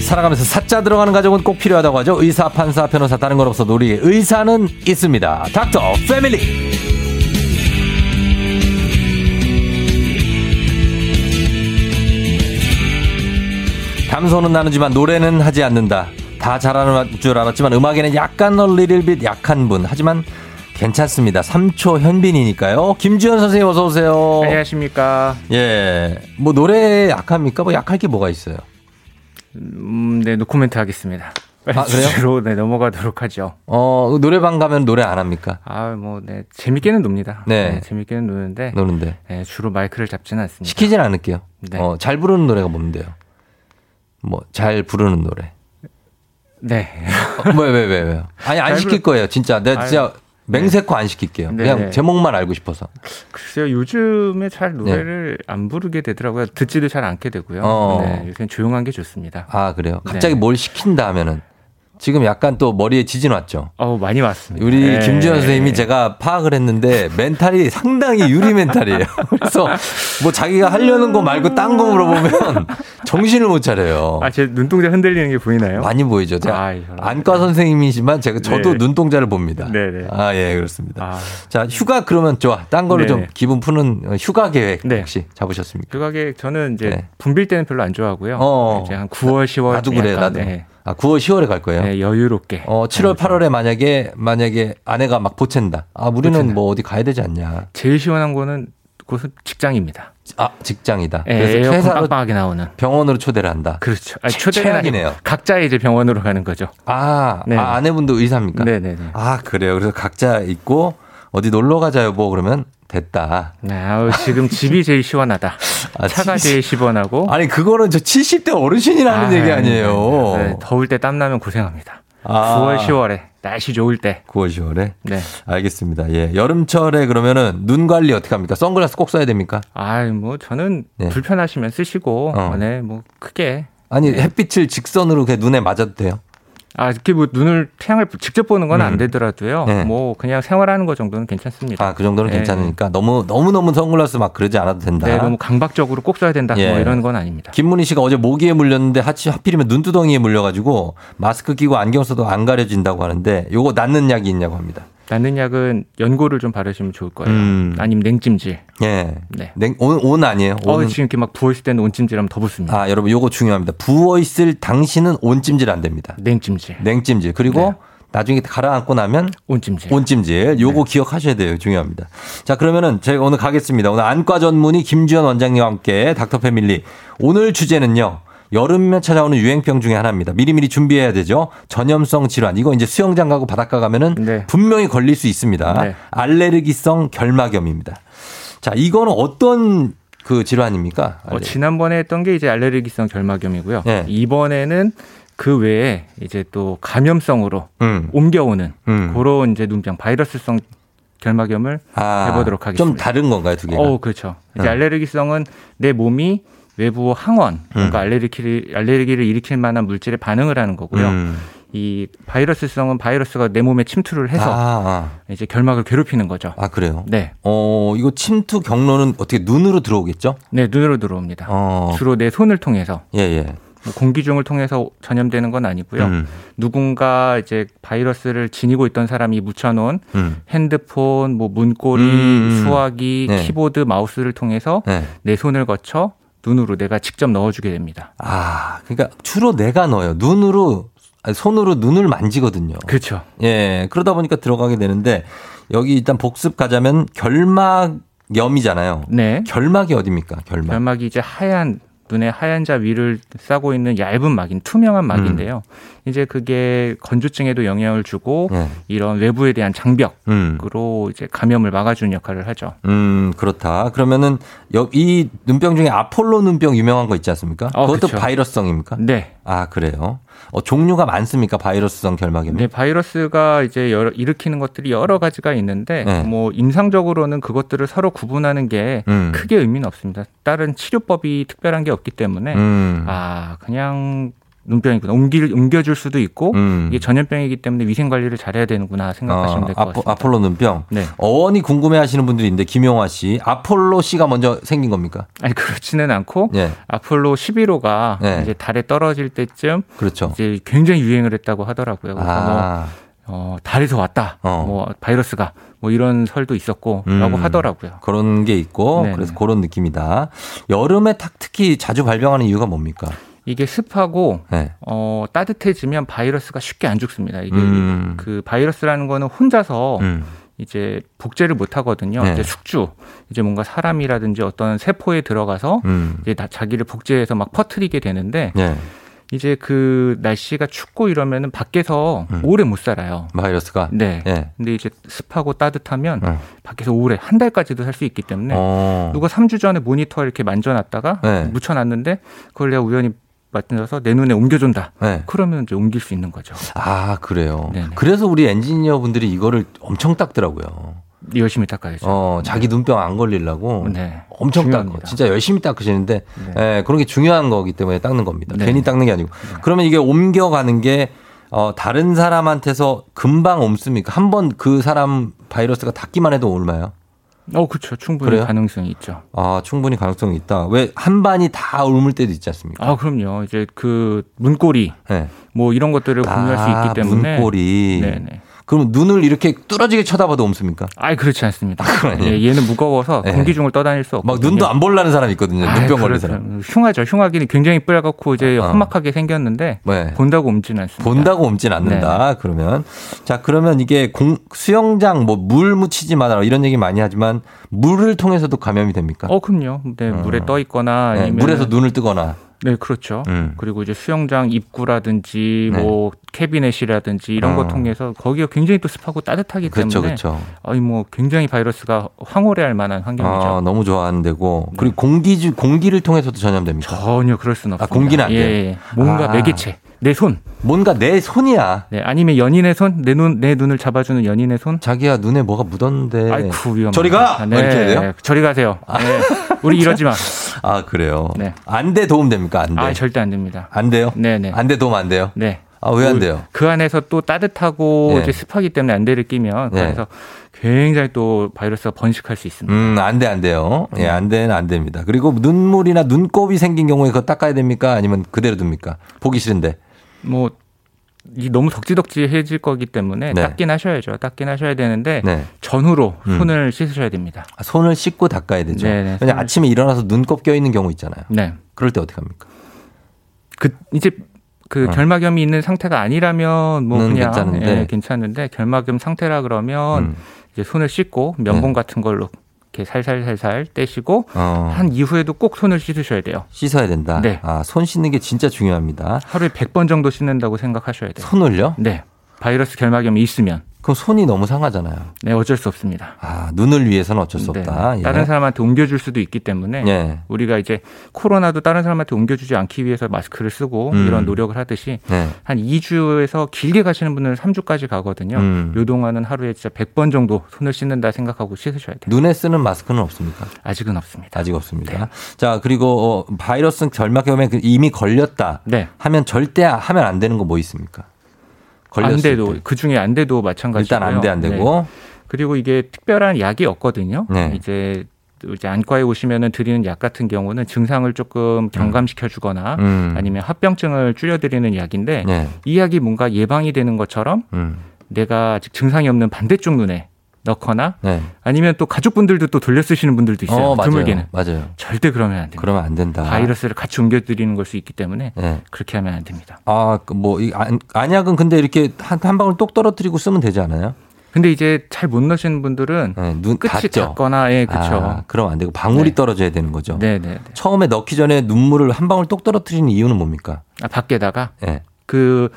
살아가면서 사자 들어가는 가족은 꼭 필요하다고 하죠. 의사, 판사, 변호사 다른 건 없어도 우리 의사는 있습니다. 닥터 패밀리. 담소는 나누지만 노래는 하지 않는다. 다 잘하는 줄 알았지만 음악에는 약간 얼리릴빛 약한 분. 하지만 괜찮습니다. 3초 현빈이니까요. 김지현 선생님 어서 오세요. 네. 안녕하십니까. 예. 뭐 노래 약합니까? 뭐 약할 게 뭐가 있어요? 음, 네, 노코멘트 하겠습니다. 빨리 아, 그래요? 주제로 네, 넘어가도록 하죠. 어, 노래방 가면 노래 안 합니까? 아, 뭐, 네, 재밌게는 놉니다. 네. 재밌게는 노는데, 노는데. 네, 주로 마이크를 잡지는 않습니다. 시키진 않을게요. 네. 어, 잘 부르는 노래가 뭔데요? 뭐 잘 부르는 노래. 어, 네. 왜 왜 왜 왜? 아니 안 잘 시킬 거예요. 진짜 내가 진짜 맹세코 안 시킬게요. 네, 그냥 네. 제목만 알고 싶어서. 글쎄요, 요즘에 잘 노래를 안 부르게 되더라고요. 듣지도 잘 않게 되고요. 네. 어. 네, 요새 조용한 게 좋습니다. 아 그래요. 갑자기 네. 뭘 시킨다 하면은 지금 약간 또 머리에 지진 왔죠. 어우, 많이 왔습니다. 우리 네. 김지현 선생님이 제가 파악을 했는데 멘탈이 상당히 유리 멘탈이에요. 그래서 뭐 자기가 하려는 거 말고 딴 거 물어보면 정신을 못 차려요. 아, 제 눈동자 흔들리는 게 보이나요? 많이 보이죠. 제가 아, 이거는. 안과 선생님이지만 제가 저도 네. 눈동자를 봅니다. 네네. 아, 예, 그렇습니다. 아. 자, 휴가 그러면 좋아. 딴 거로 좀 네네. 기분 푸는 휴가 계획 네. 혹시 잡으셨습니까? 그게 저는 이제 네. 붐빌 때는 별로 안 좋아하고요. 어. 이제 한 9월, 10월 나도 그래, 약간, 나도. 네, 아, 9월, 10월에 갈 거예요. 네, 여유롭게. 어, 7월, 8월에 만약에, 만약에 아내가 막 보챈다. 아, 우리는 보챈다. 뭐 어디 가야 되지 않냐. 제일 시원한 거는 곳은 직장입니다. 아, 직장이다. 예, 그래서 에어컨 회사로 빡빡하게 나오는. 병원으로 초대를 한다. 그렇죠. 아니, 최- 초대는 최악이네요. 아니고 각자 이제 병원으로 가는 거죠. 아, 네. 아, 아내분도 의사입니까? 네네네. 아, 그래요. 그래서 각자 있고, 어디 놀러 가자, 여보. 그러면 됐다. 네, 아우, 지금 집이 제일 시원하다. 아, 차가 진짜. 제일 시원하고. 아니 그거는 저 70대 어르신이라는 얘기 아니에요. 아, 네, 네, 더울 때 땀 나면 고생합니다. 아. 9월, 10월에 날씨 좋을 때. 9월 10월에. 네. 알겠습니다. 예. 여름철에 그러면은 눈 관리 어떻게 합니까? 선글라스 꼭 써야 됩니까? 아이, 뭐, 저는 네. 불편하시면 쓰시고, 어. 네, 뭐, 크게. 아니 햇빛을 직선으로 그냥 눈에 맞아도 돼요. 아, 이렇게 뭐, 눈을, 태양을 직접 보는 건 안 음. 되더라도요. 네. 뭐, 그냥 생활하는 거 정도는 괜찮습니다. 아, 그 정도는 네. 괜찮으니까 너무 너무 너무 선글라스 막 그러지 않아도 된다. 네, 너무 강박적으로 꼭 써야 된다. 예. 뭐, 이런 건 아닙니다. 김문희 씨가 어제 모기에 물렸는데 하치 하필이면 눈두덩이에 물려가지고 마스크 끼고 안경 써도 안 가려진다고 하는데 요거 낫는 약이 있냐고 합니다. 낫는 약은 연고를 좀 바르시면 좋을 거예요. 음. 아니면 냉찜질. 예. 네. 냉, 온, 온 아니에요? 어, 온은 지금 이렇게 막 부어있을 때는 온찜질하면 더 붙습니다. 아 여러분 요거 중요합니다. 부어 있을 당신은 온찜질 안 됩니다. 냉찜질, 냉찜질 그리고 네. 나중에 가라앉고 나면 온찜질. 온찜질 네. 요거 기억하셔야 돼요 중요합니다 자 그러면은 제가 오늘 가겠습니다 오늘 안과 전문의 김주현 원장님과 함께 닥터 패밀리 오늘 주제는요 여름에 찾아오는 유행병 중에 하나입니다 미리미리 준비해야 되죠 전염성 질환 이거 이제 수영장 가고 바닷가 가면은 네. 분명히 걸릴 수 있습니다 네. 알레르기성 결막염입니다 자 이거는 어떤 그 질환입니까 어, 지난번에 했던 게 이제 알레르기성 결막염이고요. 네. 이번에는 그 외에 이제 또 감염성으로 음. 옮겨오는 음. 그런 이제 눈병, 바이러스성 결막염을 아, 해보도록 좀 하겠습니다. 다른 건가요 두 개가 어, 그렇죠. 이제 어. 알레르기성은 내 몸이 외부 항원, 음. 그러니까 알레르기를, 알레르기를 일으킬 만한 물질에 반응을 하는 거고요. 음. 이 바이러스성은 바이러스가 내 몸에 침투를 해서 아, 아. 이제 결막을 괴롭히는 거죠. 아, 그래요? 네. 어, 이거 침투 경로는 어떻게 눈으로 들어오겠죠? 네, 눈으로 들어옵니다. 어, 주로 내 손을 통해서 예, 예. 뭐 공기 중을 통해서 전염되는 건 아니고요. 음, 누군가 이제 바이러스를 지니고 있던 사람이 묻혀놓은 음. 핸드폰, 뭐 문고리, 음, 음. 수화기, 네. 키보드, 마우스를 통해서 네. 내 손을 거쳐 눈으로 내가 직접 넣어주게 됩니다. 아, 그러니까 주로 내가 넣어요. 눈으로, 아니, 손으로 눈을 만지거든요. 그렇죠. 예, 그러다 보니까 들어가게 되는데, 여기 일단 복습 가자면 결막염이잖아요. 네. 결막이 어딥니까? 결막. 결막이 이제 하얀 눈에 하얀 자 위를 싸고 있는 얇은 막인 투명한 막인데요. 음. 이제 그게 건조증에도 영향을 주고 예. 이런 외부에 대한 장벽. 음. 으로 이제 감염을 막아주는 역할을 하죠. 음, 그렇다. 그러면은, 여- 이 눈병 중에 아폴로 눈병 유명한 거 있지 않습니까? 어, 그것도 그쵸. 바이러스성입니까? 네. 아, 그래요? 어, 종류가 많습니까? 바이러스성 결막염이? 네, 바이러스가 이제 여러- 일으키는 것들이 여러 가지가 있는데, 네. 뭐, 임상적으로는 그것들을 서로 구분하는 게 음. 크게 의미는 없습니다. 다른 치료법이 특별한 게 없기 때문에, 음. 아, 그냥 눈병이구나 옮길 옮겨줄 수도 있고 음. 이게 전염병이기 때문에 위생 관리를 잘해야 되는구나 생각하시면 될 것 어, 아포, 같습니다. 아폴로 눈병. 네. 어원이 궁금해하시는 분들이 있는데 김용화 씨, 아폴로 씨가 먼저 생긴 겁니까? 아니 그렇지는 않고 예, 아폴로 11호가 네. 이제 달에 떨어질 때쯤 그렇죠. 이제 굉장히 유행을 했다고 하더라고요. 그래서 뭐, 아, 어, 달에서 왔다. 어. 뭐 바이러스가 뭐 이런 설도 음. 있었고라고 하더라고요. 그런 게 있고 뭐 네네. 그래서 그런 느낌이다. 여름에 탁 특히 자주 발병하는 이유가 뭡니까? 이게 습하고 예. 어, 따뜻해지면 바이러스가 쉽게 안 죽습니다. 이게 음. 그 바이러스라는 거는 혼자서 음. 이제 복제를 못 하거든요. 네. 이제 숙주, 이제 뭔가 사람이라든지 어떤 세포에 들어가서 음. 이제 나- 자기를 복제해서 막 퍼뜨리게 되는데 예. 이제 그 날씨가 춥고 이러면은 밖에서 음. 오래 못 살아요. 바이러스가 네. 예. 근데 이제 습하고 따뜻하면 음. 밖에서 오래 한 달까지도 살 수 있기 때문에 어. 네. 누가 3주 전에 모니터 이렇게 만져놨다가 네. 묻혀놨는데 그걸 내가 우연히 만져서 내 눈에 옮겨준다. 예. 그러면 이제 옮길 수 있는 거죠. 아, 그래요. 네네. 그래서 우리 엔지니어 분들이 이거를 엄청 닦더라고요. 열심히 닦아야죠. 어, 자기 눈병 안 걸리려고 네. 엄청 닦고 중요합니다. 진짜 열심히 닦으시는데 예, 그런 게 중요한 거기 때문에 닦는 겁니다. 네. 괜히 닦는 게 아니고. 그러면 이게 옮겨가는 게 어, 다른 사람한테서 금방 옮습니까? 한 번 그 사람 바이러스가 닿기만 해도 옮나요? 어, 그렇죠. 충분히 그래요? 가능성이 있죠. 아, 충분히 가능성이 있다. 왜 한 반이 다 옮을 때도 있지 않습니까? 아, 그럼요. 이제 그 문고리 예. 뭐 이런 것들을 공유할 아, 수 있기 때문에 문고리. 네네. 그럼 눈을 이렇게 뚫어지게 쳐다봐도 옮습니까? 아이 그렇지 않습니다. 그럼요. 예, 얘는 무거워서 네. 공기 중을 떠다닐 수 없고 막 눈도 안 보려는 사람 있거든요. 눈병 걸린 그렇죠. 사람. 흉하죠. 흉하기는 굉장히 빨갛고 이제 어. 험악하게 생겼는데 네. 본다고 네. 움지는 않습니다. 본다고 옮진 않는다. 그러면 자 그러면 이게 공, 수영장 뭐 물 묻히지 마라 이런 얘기 많이 하지만 물을 통해서도 감염이 됩니까? 어 그럼요. 네 어. 물에 떠 있거나 네, 아니면 물에서 눈을 뜨거나. 네 그렇죠. 음. 그리고 이제 수영장 입구라든지 네. 뭐 캐비넷이라든지 이런 어. 거 통해서 거기가 굉장히 또 습하고 따뜻하기 그렇죠, 때문에 그렇죠. 아니 뭐 굉장히 바이러스가 황홀해할 만한 환경이죠. 네. 아, 너무 좋아하는데고 그리고 공기 주 공기를 통해서도 전염됩니까? 전혀 그럴 수는 아, 없습니다. 공기는 안 예, 돼요? 예. 뭔가 아. 매개체, 내 손, 뭔가 내 손이야. 네, 아니면 연인의 손, 내 눈, 내 눈을 잡아주는 연인의 손. 자기야 눈에 뭐가 묻었는데. 아이쿠 위험. 네. 저리 가! 이렇게 해야 돼요? 저리 가세요. 네. 우리 이러지 마. 아 그래요. 네. 안돼 도움 됩니까? 안 돼. 아 절대 안 됩니다. 안 돼요? 네네. 안돼 도움 안 돼요? 네. 아 왜 안 돼요? 그 안에서 또 따뜻하고 네. 이제 습하기 때문에 안대를 끼면 네. 그래서 굉장히 또 바이러스가 번식할 수 있습니다. 음, 안 돼, 안 돼요. 음. 예, 안 돼는 안 됩니다. 그리고 눈물이나 눈곱이 생긴 경우에 그거 닦아야 됩니까? 아니면 그대로 둡니까? 보기 싫은데. 뭐. 이 너무 덕지덕지해질 거기 때문에 네. 닦긴 하셔야죠. 닦긴 하셔야 되는데 네. 전후로 음. 손을 씻으셔야 됩니다. 아, 손을 씻고 닦아야 되죠. 네, 네, 왜냐 손을 아침에 일어나서 눈곱 껴있는 경우 있잖아요. 네. 그럴 때 어떻게 합니까? 그 이제 그 어. 결막염이 있는 상태가 아니라면 뭐 는 그냥 괜찮은데. 괜찮은데, 예, 괜찮은데 결막염 상태라 그러면 음. 네. 이제 손을 씻고 면봉 같은 걸로 이렇게 살살살살 떼시고 어, 한 이후에도 꼭 손을 씻으셔야 돼요. 씻어야 된다. 네. 아, 손 씻는 게 진짜 중요합니다. 하루에 100번 정도 씻는다고 생각하셔야 돼요. 손을요? 네. 바이러스 결막염이 있으면 그럼 손이 너무 상하잖아요. 네, 어쩔 수 없습니다. 아, 눈을 위해서는 어쩔 수 네. 없다. 예. 다른 사람한테 옮겨 줄 수도 있기 때문에 예. 우리가 이제 코로나도 다른 사람한테 옮겨주지 않기 위해서 마스크를 쓰고 음. 이런 노력을 하듯이 네. 한 2주에서 길게 가시는 분은 3주까지 가거든요. 음. 요 동안은 하루에 진짜 100번 정도 손을 씻는다 생각하고 씻으셔야 돼요. 눈에 쓰는 마스크는 없습니까? 아직은 없습니다. 아직 없습니다. 네. 자, 그리고 어, 바이러스 결막염에 그 이미 걸렸다. 네. 하면 절대 하면 안 되는 거 뭐 있습니까? 안 걸렸을 돼도 때. 그 중에 안 돼도 마찬가지고요. 일단 안 돼 안 네. 되고 그리고 이게 특별한 약이 없거든요. 네. 이제 이제 안과에 오시면은 드리는 약 같은 경우는 증상을 조금 경감시켜 주거나 음. 네. 아니면 합병증을 줄여 드리는 약인데 네. 이 약이 뭔가 예방이 되는 것처럼 음. 내가 아직 증상이 없는 반대쪽 눈에 넣거나 네. 아니면 또 가족분들도 또 돌려 쓰시는 분들도 있어요. 어, 맞아요. 드물게는 맞아요. 절대 그러면 안 됩니다. 그러면 안 된다. 바이러스를 같이 옮겨드리는 걸 수 있기 때문에 네. 그렇게 하면 안 됩니다. 아, 그 뭐, 이 안- 안약은 근데 이렇게 한, 한 방울 똑 떨어뜨리고 쓰면 되지 않아요? 근데 이제 잘 못 넣으시는 분들은 네, 눈 끝이 닿죠. 닿거나 예, 아, 그렇죠. 그럼 안 되고 방울이 네. 떨어져야 되는 거죠. 네, 네, 네. 처음에 넣기 전에 눈물을 한 방울 똑 떨어뜨리는 이유는 뭡니까? 아, 밖에다가 네. 그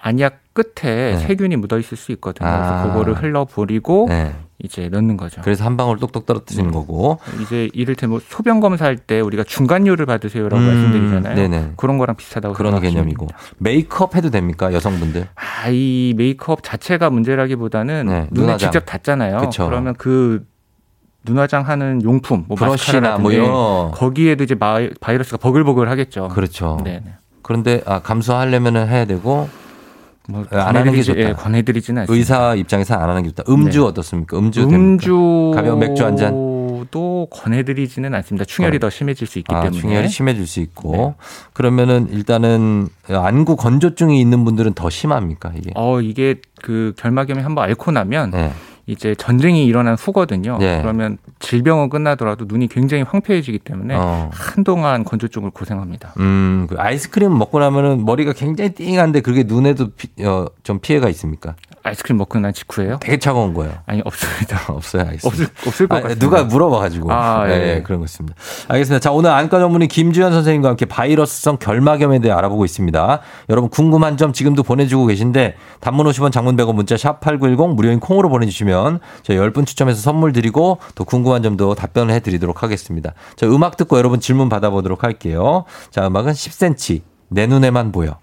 안약 끝에 네. 세균이 묻어 있을 수 있거든요. 아. 그래서 그거를 흘러 버리고 네. 이제 넣는 거죠. 그래서 한 방울 똑똑 음. 떨어뜨리는 거고. 이제 이를테 뭐 소변 검사할 때 우리가 중간료를 받으세요라고 음, 말씀드리잖아요. 네네. 그런 거랑 비슷하다고 뭐 그런 생각하시면 개념이고. 됩니다. 메이크업 해도 됩니까? 여성분들? 아, 이 메이크업 자체가 문제라기보다는 네, 눈에 눈화장. 직접 닿잖아요. 그쵸. 그러면 그 눈화장 하는 용품, 뭐 브러쉬나 마스카라라든지 뭐 이런. 거기에도 이제 마이- 바이러스가 버글버글 하겠죠. 그렇죠. 네. 네. 그런데 아, 감소하려면은 해야 되고 뭐 안 하는 게 권해드리지- 좋다. 예, 권해드리지는 않습니다. 의사 입장에서 안 하는 게 좋다. 음주 네. 어떻습니까? 음주 됩니까? 음주 가벼운 맥주 한 잔? 도 권해드리지는 않습니다. 충혈이 더 심해질 수 있기 아, 때문에 충혈이 심해질 수 있고 네. 그러면은 일단은 안구 건조증이 있는 분들은 더 심합니까 이게? 어 이게 그 결막염이 한번 앓고 나면 네. 이제 전쟁이 일어난 후거든요. 네. 그러면 질병은 끝나더라도 눈이 굉장히 황폐해지기 때문에 어. 한동안 건조증을 고생합니다. 음, 그 아이스크림 먹고 나면은 머리가 굉장히 띵한데 그게 눈에도 피- 어, 좀 피해가 있습니까? 아이스크림 먹고 난 직후에요? 되게 차가운 거예요. 아니 없습니다. 없어요, 알겠습니다. 없을 없을 것 아, 같아요. 누가 물어봐가지고 아, 예, 예. 예, 그런 것 같습니다. 알겠습니다. 자 오늘 안과 전문의 김주현 선생님과 함께 바이러스성 결막염에 대해 알아보고 있습니다. 여러분 궁금한 점 지금도 보내주고 계신데 단문 50원, 장문 100원 문자 샵 #8910 무료인 콩으로 보내주시면 저희 10분 추첨해서 선물 드리고 또 궁금한 점도 답변을 해드리도록 하겠습니다. 자 음악 듣고 여러분 질문 받아보도록 할게요. 자 음악은 10cm 내 눈에만 보여.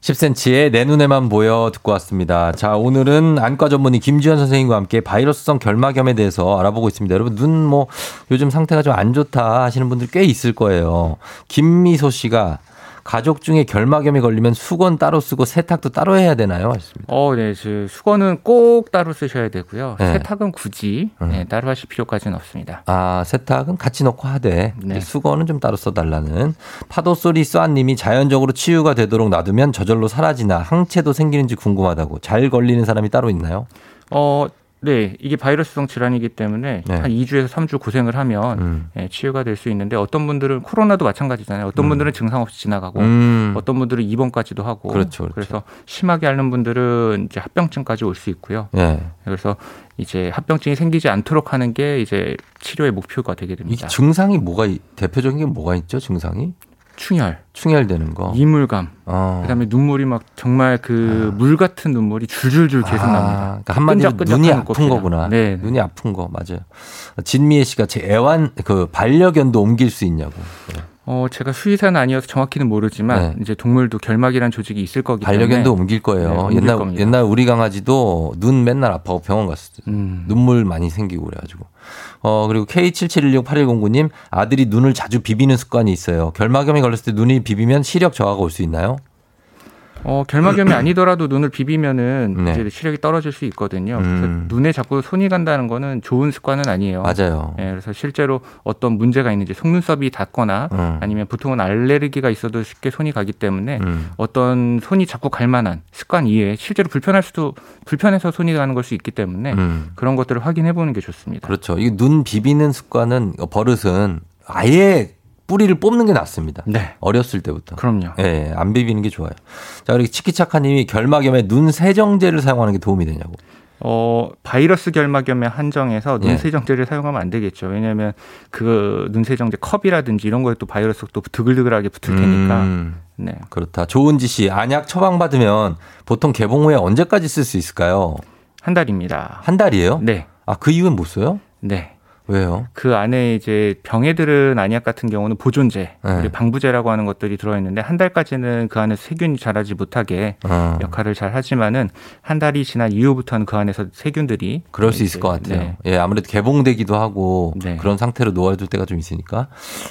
10cm의 내 눈에만 보여 듣고 왔습니다. 자, 오늘은 안과 전문의 김지현 선생님과 함께 바이러스성 결막염에 대해서 알아보고 있습니다. 여러분, 눈 뭐, 요즘 상태가 좀 안 좋다 하시는 분들 꽤 있을 거예요. 김미소 씨가 가족 중에 결막염이 걸리면 수건 따로 쓰고 세탁도 따로 해야 되나요? 하셨습니다. 어, 네. 저 수건은 꼭 따로 쓰셔야 되고요. 네. 음. 세탁은 굳이 네, 따로 하실 필요까지는 없습니다. 아, 세탁은 같이 넣고 하되 네. 수건은 좀 따로 써달라는 파도 소리 쏘아님이 자연적으로 치유가 되도록 놔두면 저절로 사라지나 항체도 생기는지 궁금하다고 잘 걸리는 사람이 따로 있나요? 어, 네. 이게 바이러스성 질환이기 때문에 네. 한 2주에서 3주 고생을 하면 음. 예, 치유가 될 수 있는데 어떤 분들은 코로나도 마찬가지잖아요. 어떤 분들은 증상 없이 지나가고 음. 어떤 분들은 입원까지도 하고 그렇죠, 그렇죠. 래서 심하게 앓는 분들은 이제 합병증까지 올 수 있고요. 예. 그래서 이제 합병증이 생기지 않도록 하는 게 이제 치료의 목표가 되게 이 됩니다. 증상이 뭐가 이- 대표적인 게 뭐가 있죠? 증상이 충혈, 충혈되는 거. 이물감, 어. 그다음에 눈물이 막 정말 그 물 같은 눈물이 줄줄줄 계속 아, 납니다. 그러니까 한마디로 끈적끈적한 눈이 아픈 꽃이나. 거구나. 네. 눈이 아픈 거 맞아요. 진미애 씨가 제 애완 그 반려견도 옮길 수 있냐고. 어, 제가 수의사는 아니어서 정확히는 모르지만 네. 이제 동물 도 결막이란 조직이 있을 거기 때문에 반려견도 옮길 거예요. 네, 옮길 옛날 겁니다. 옛날 우리 강아지도 눈 맨날 아파하고 병원 갔을 때 음. 눈물 많이 생기고 그래가지고. 어, 그리고 K77168109님, 아들이 눈을 자주 비비는 습관이 있어요. 결막염이 걸렸을 때 눈이 비비면 시력 저하가 올 수 있나요? 어, 결막염이 아니더라도 눈을 비비면은 네. 이제 시력이 떨어질 수 있거든요. 음. 그래서 눈에 자꾸 손이 간다는 거는 좋은 습관은 아니에요. 맞아요. 예, 그래서 실제로 어떤 문제가 있는지 속눈썹이 닿거나 음. 아니면 보통은 알레르기가 있어도 쉽게 손이 가기 때문에 음. 어떤 손이 자꾸 갈 만한 습관 이외에 실제로 불편할 수도 불편해서 손이 가는 걸 수 있기 때문에 음. 그런 것들을 확인해 보는 게 좋습니다. 그렇죠. 이 눈 비비는 습관은 어, 버릇은 아예 뿌리를 뽑는 게 낫습니다. 네. 어렸을 때부터. 그럼요. 예, 예, 안 비비는 게 좋아요. 자, 우리 치키차카님이 결막염에 눈 세정제를 사용하는 게 도움이 되냐고. 어, 바이러스 결막염에 한정해서 예. 눈세정제를 사용하면 안 되겠죠. 왜냐하면 그 눈세정제 컵이라든지 이런 거에 또 바이러스가 또 드글드글하게 붙을 테니까. 음, 네. 그렇다. 조은지 씨, 안약 처방 받으면 보통 개봉 후에 언제까지 쓸 수 있을까요? 한 달입니다. 한 달이에요? 네. 아, 그 이후엔 못 써요? 네. 왜요? 그 안에 이제 병에 들은 안약 같은 경우는 보존제, 네. 그리고 방부제라고 하는 것들이 들어있는데 한 달까지는 그 안에서 세균이 자라지 못하게 어, 역할을 잘 하지만은 한 달이 지난 이후부터는 그 안에서 세균들이 그럴 수 이제, 있을 것 같아요. 네. 예, 아무래도 개봉되기도 하고 네. 그런 상태로 놓아둘 때가 좀 있으니까.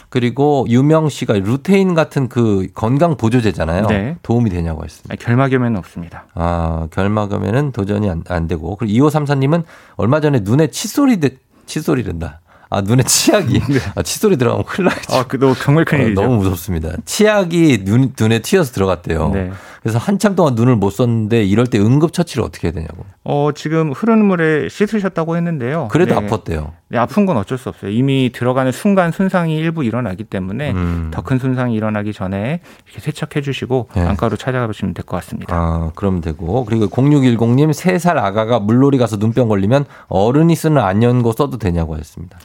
그리고 유명 씨가 루테인 같은 그 건강 보조제잖아요. 네. 도움이 되냐고 했습니다. 아니, 결막염에는 없습니다. 아, 결막하면은 도전이 안, 안 되고. 그리고 2534님은 얼마 전에 눈에 칫솔이, 되, 칫솔이 된다. 아, 눈에 치약이. 아, 칫솔이 들어가면 큰일 나죠. 네. 어, 아, 그, 너 정말 큰일이죠. 너무 무섭습니다. 치약이 눈, 눈에 튀어서 들어갔대요. 네. 그래서 한참 동안 눈을 못 썼는데 이럴 때 응급처치를 어떻게 해야 되냐고. 어, 지금 흐르는 물에 씻으셨다고 했는데요. 그래도 네. 아팠대요. 네, 아픈 건 어쩔 수 없어요. 이미 들어가는 순간 손상이 일부 일어나기 때문에 음. 더 큰 손상이 일어나기 전에 이렇게 세척해 주시고 네. 안과로 찾아가시면 될 것 같습니다. 아, 그럼 되고. 그리고 0610님, 3살 아가가 물놀이 가서 눈병 걸리면 어른이 쓰는 안연고 써도 되냐고 했습니다.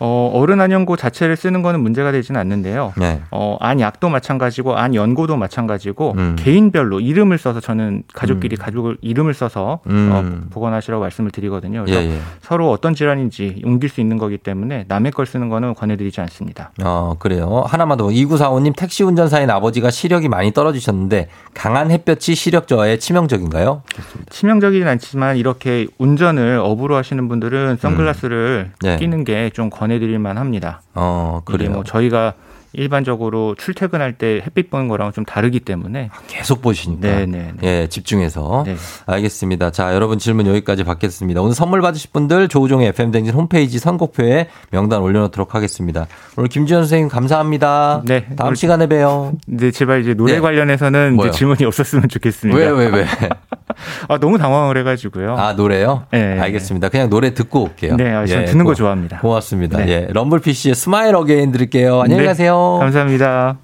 어, 어른 안연고 자체를 쓰는 거는 문제가 되지는 않는데요. 네. 어, 안약도 마찬가지고 안연고도 마찬가지고 음. 개인별로 이름을 써서 저는 가족끼리 가족을 이름을 써서 음. 어, 보관하시라고 말씀을 드리거든요. 예, 그래서 예. 서로 어떤 질환인지 옮길 수 있는 거기 때문에 남의 걸 쓰는 거는 권해드리지 않습니다. 어, 그래요. 하나만 더. 2945님, 택시 운전사인 아버지가 시력이 많이 떨어지셨는데 강한 햇볕이 시력 저하에 치명적인가요? 치명적이진 않지만 이렇게 운전을 업으로 하시는 분들은 선글라스를 네. 끼는 게 좀 권해드릴 만합니다. 어, 이게 그래요. 뭐 저희가 일반적으로 출퇴근할 때 햇빛 보는 거랑 좀 다르기 때문에 계속 보시니까. 네, 네, 네. 예, 집중해서. 네. 알겠습니다. 자, 여러분 질문 여기까지 받겠습니다. 오늘 선물 받으실 분들 조우종의 FM 댕진 홈페이지 선곡표에 명단 올려놓도록 하겠습니다. 오늘 김지현 선생님 감사합니다. 네, 다음 오늘- 시간에 봬요. 이제 제발 이제 노래 네. 관련해서는 뭐요? 이제 질문이 없었으면 좋겠습니다. 왜, 왜, 왜? 아 너무 당황을 해가지고요. 아, 노래요? 네. 알겠습니다. 그냥 노래 듣고 올게요. 예, 네, 아, 저는 듣는 고- 거 좋아합니다. 고맙습니다. 네. 예, 럼블피쉬의 스마일 어게인 드릴게요. 안녕히 네, 가세요. 감사합니다.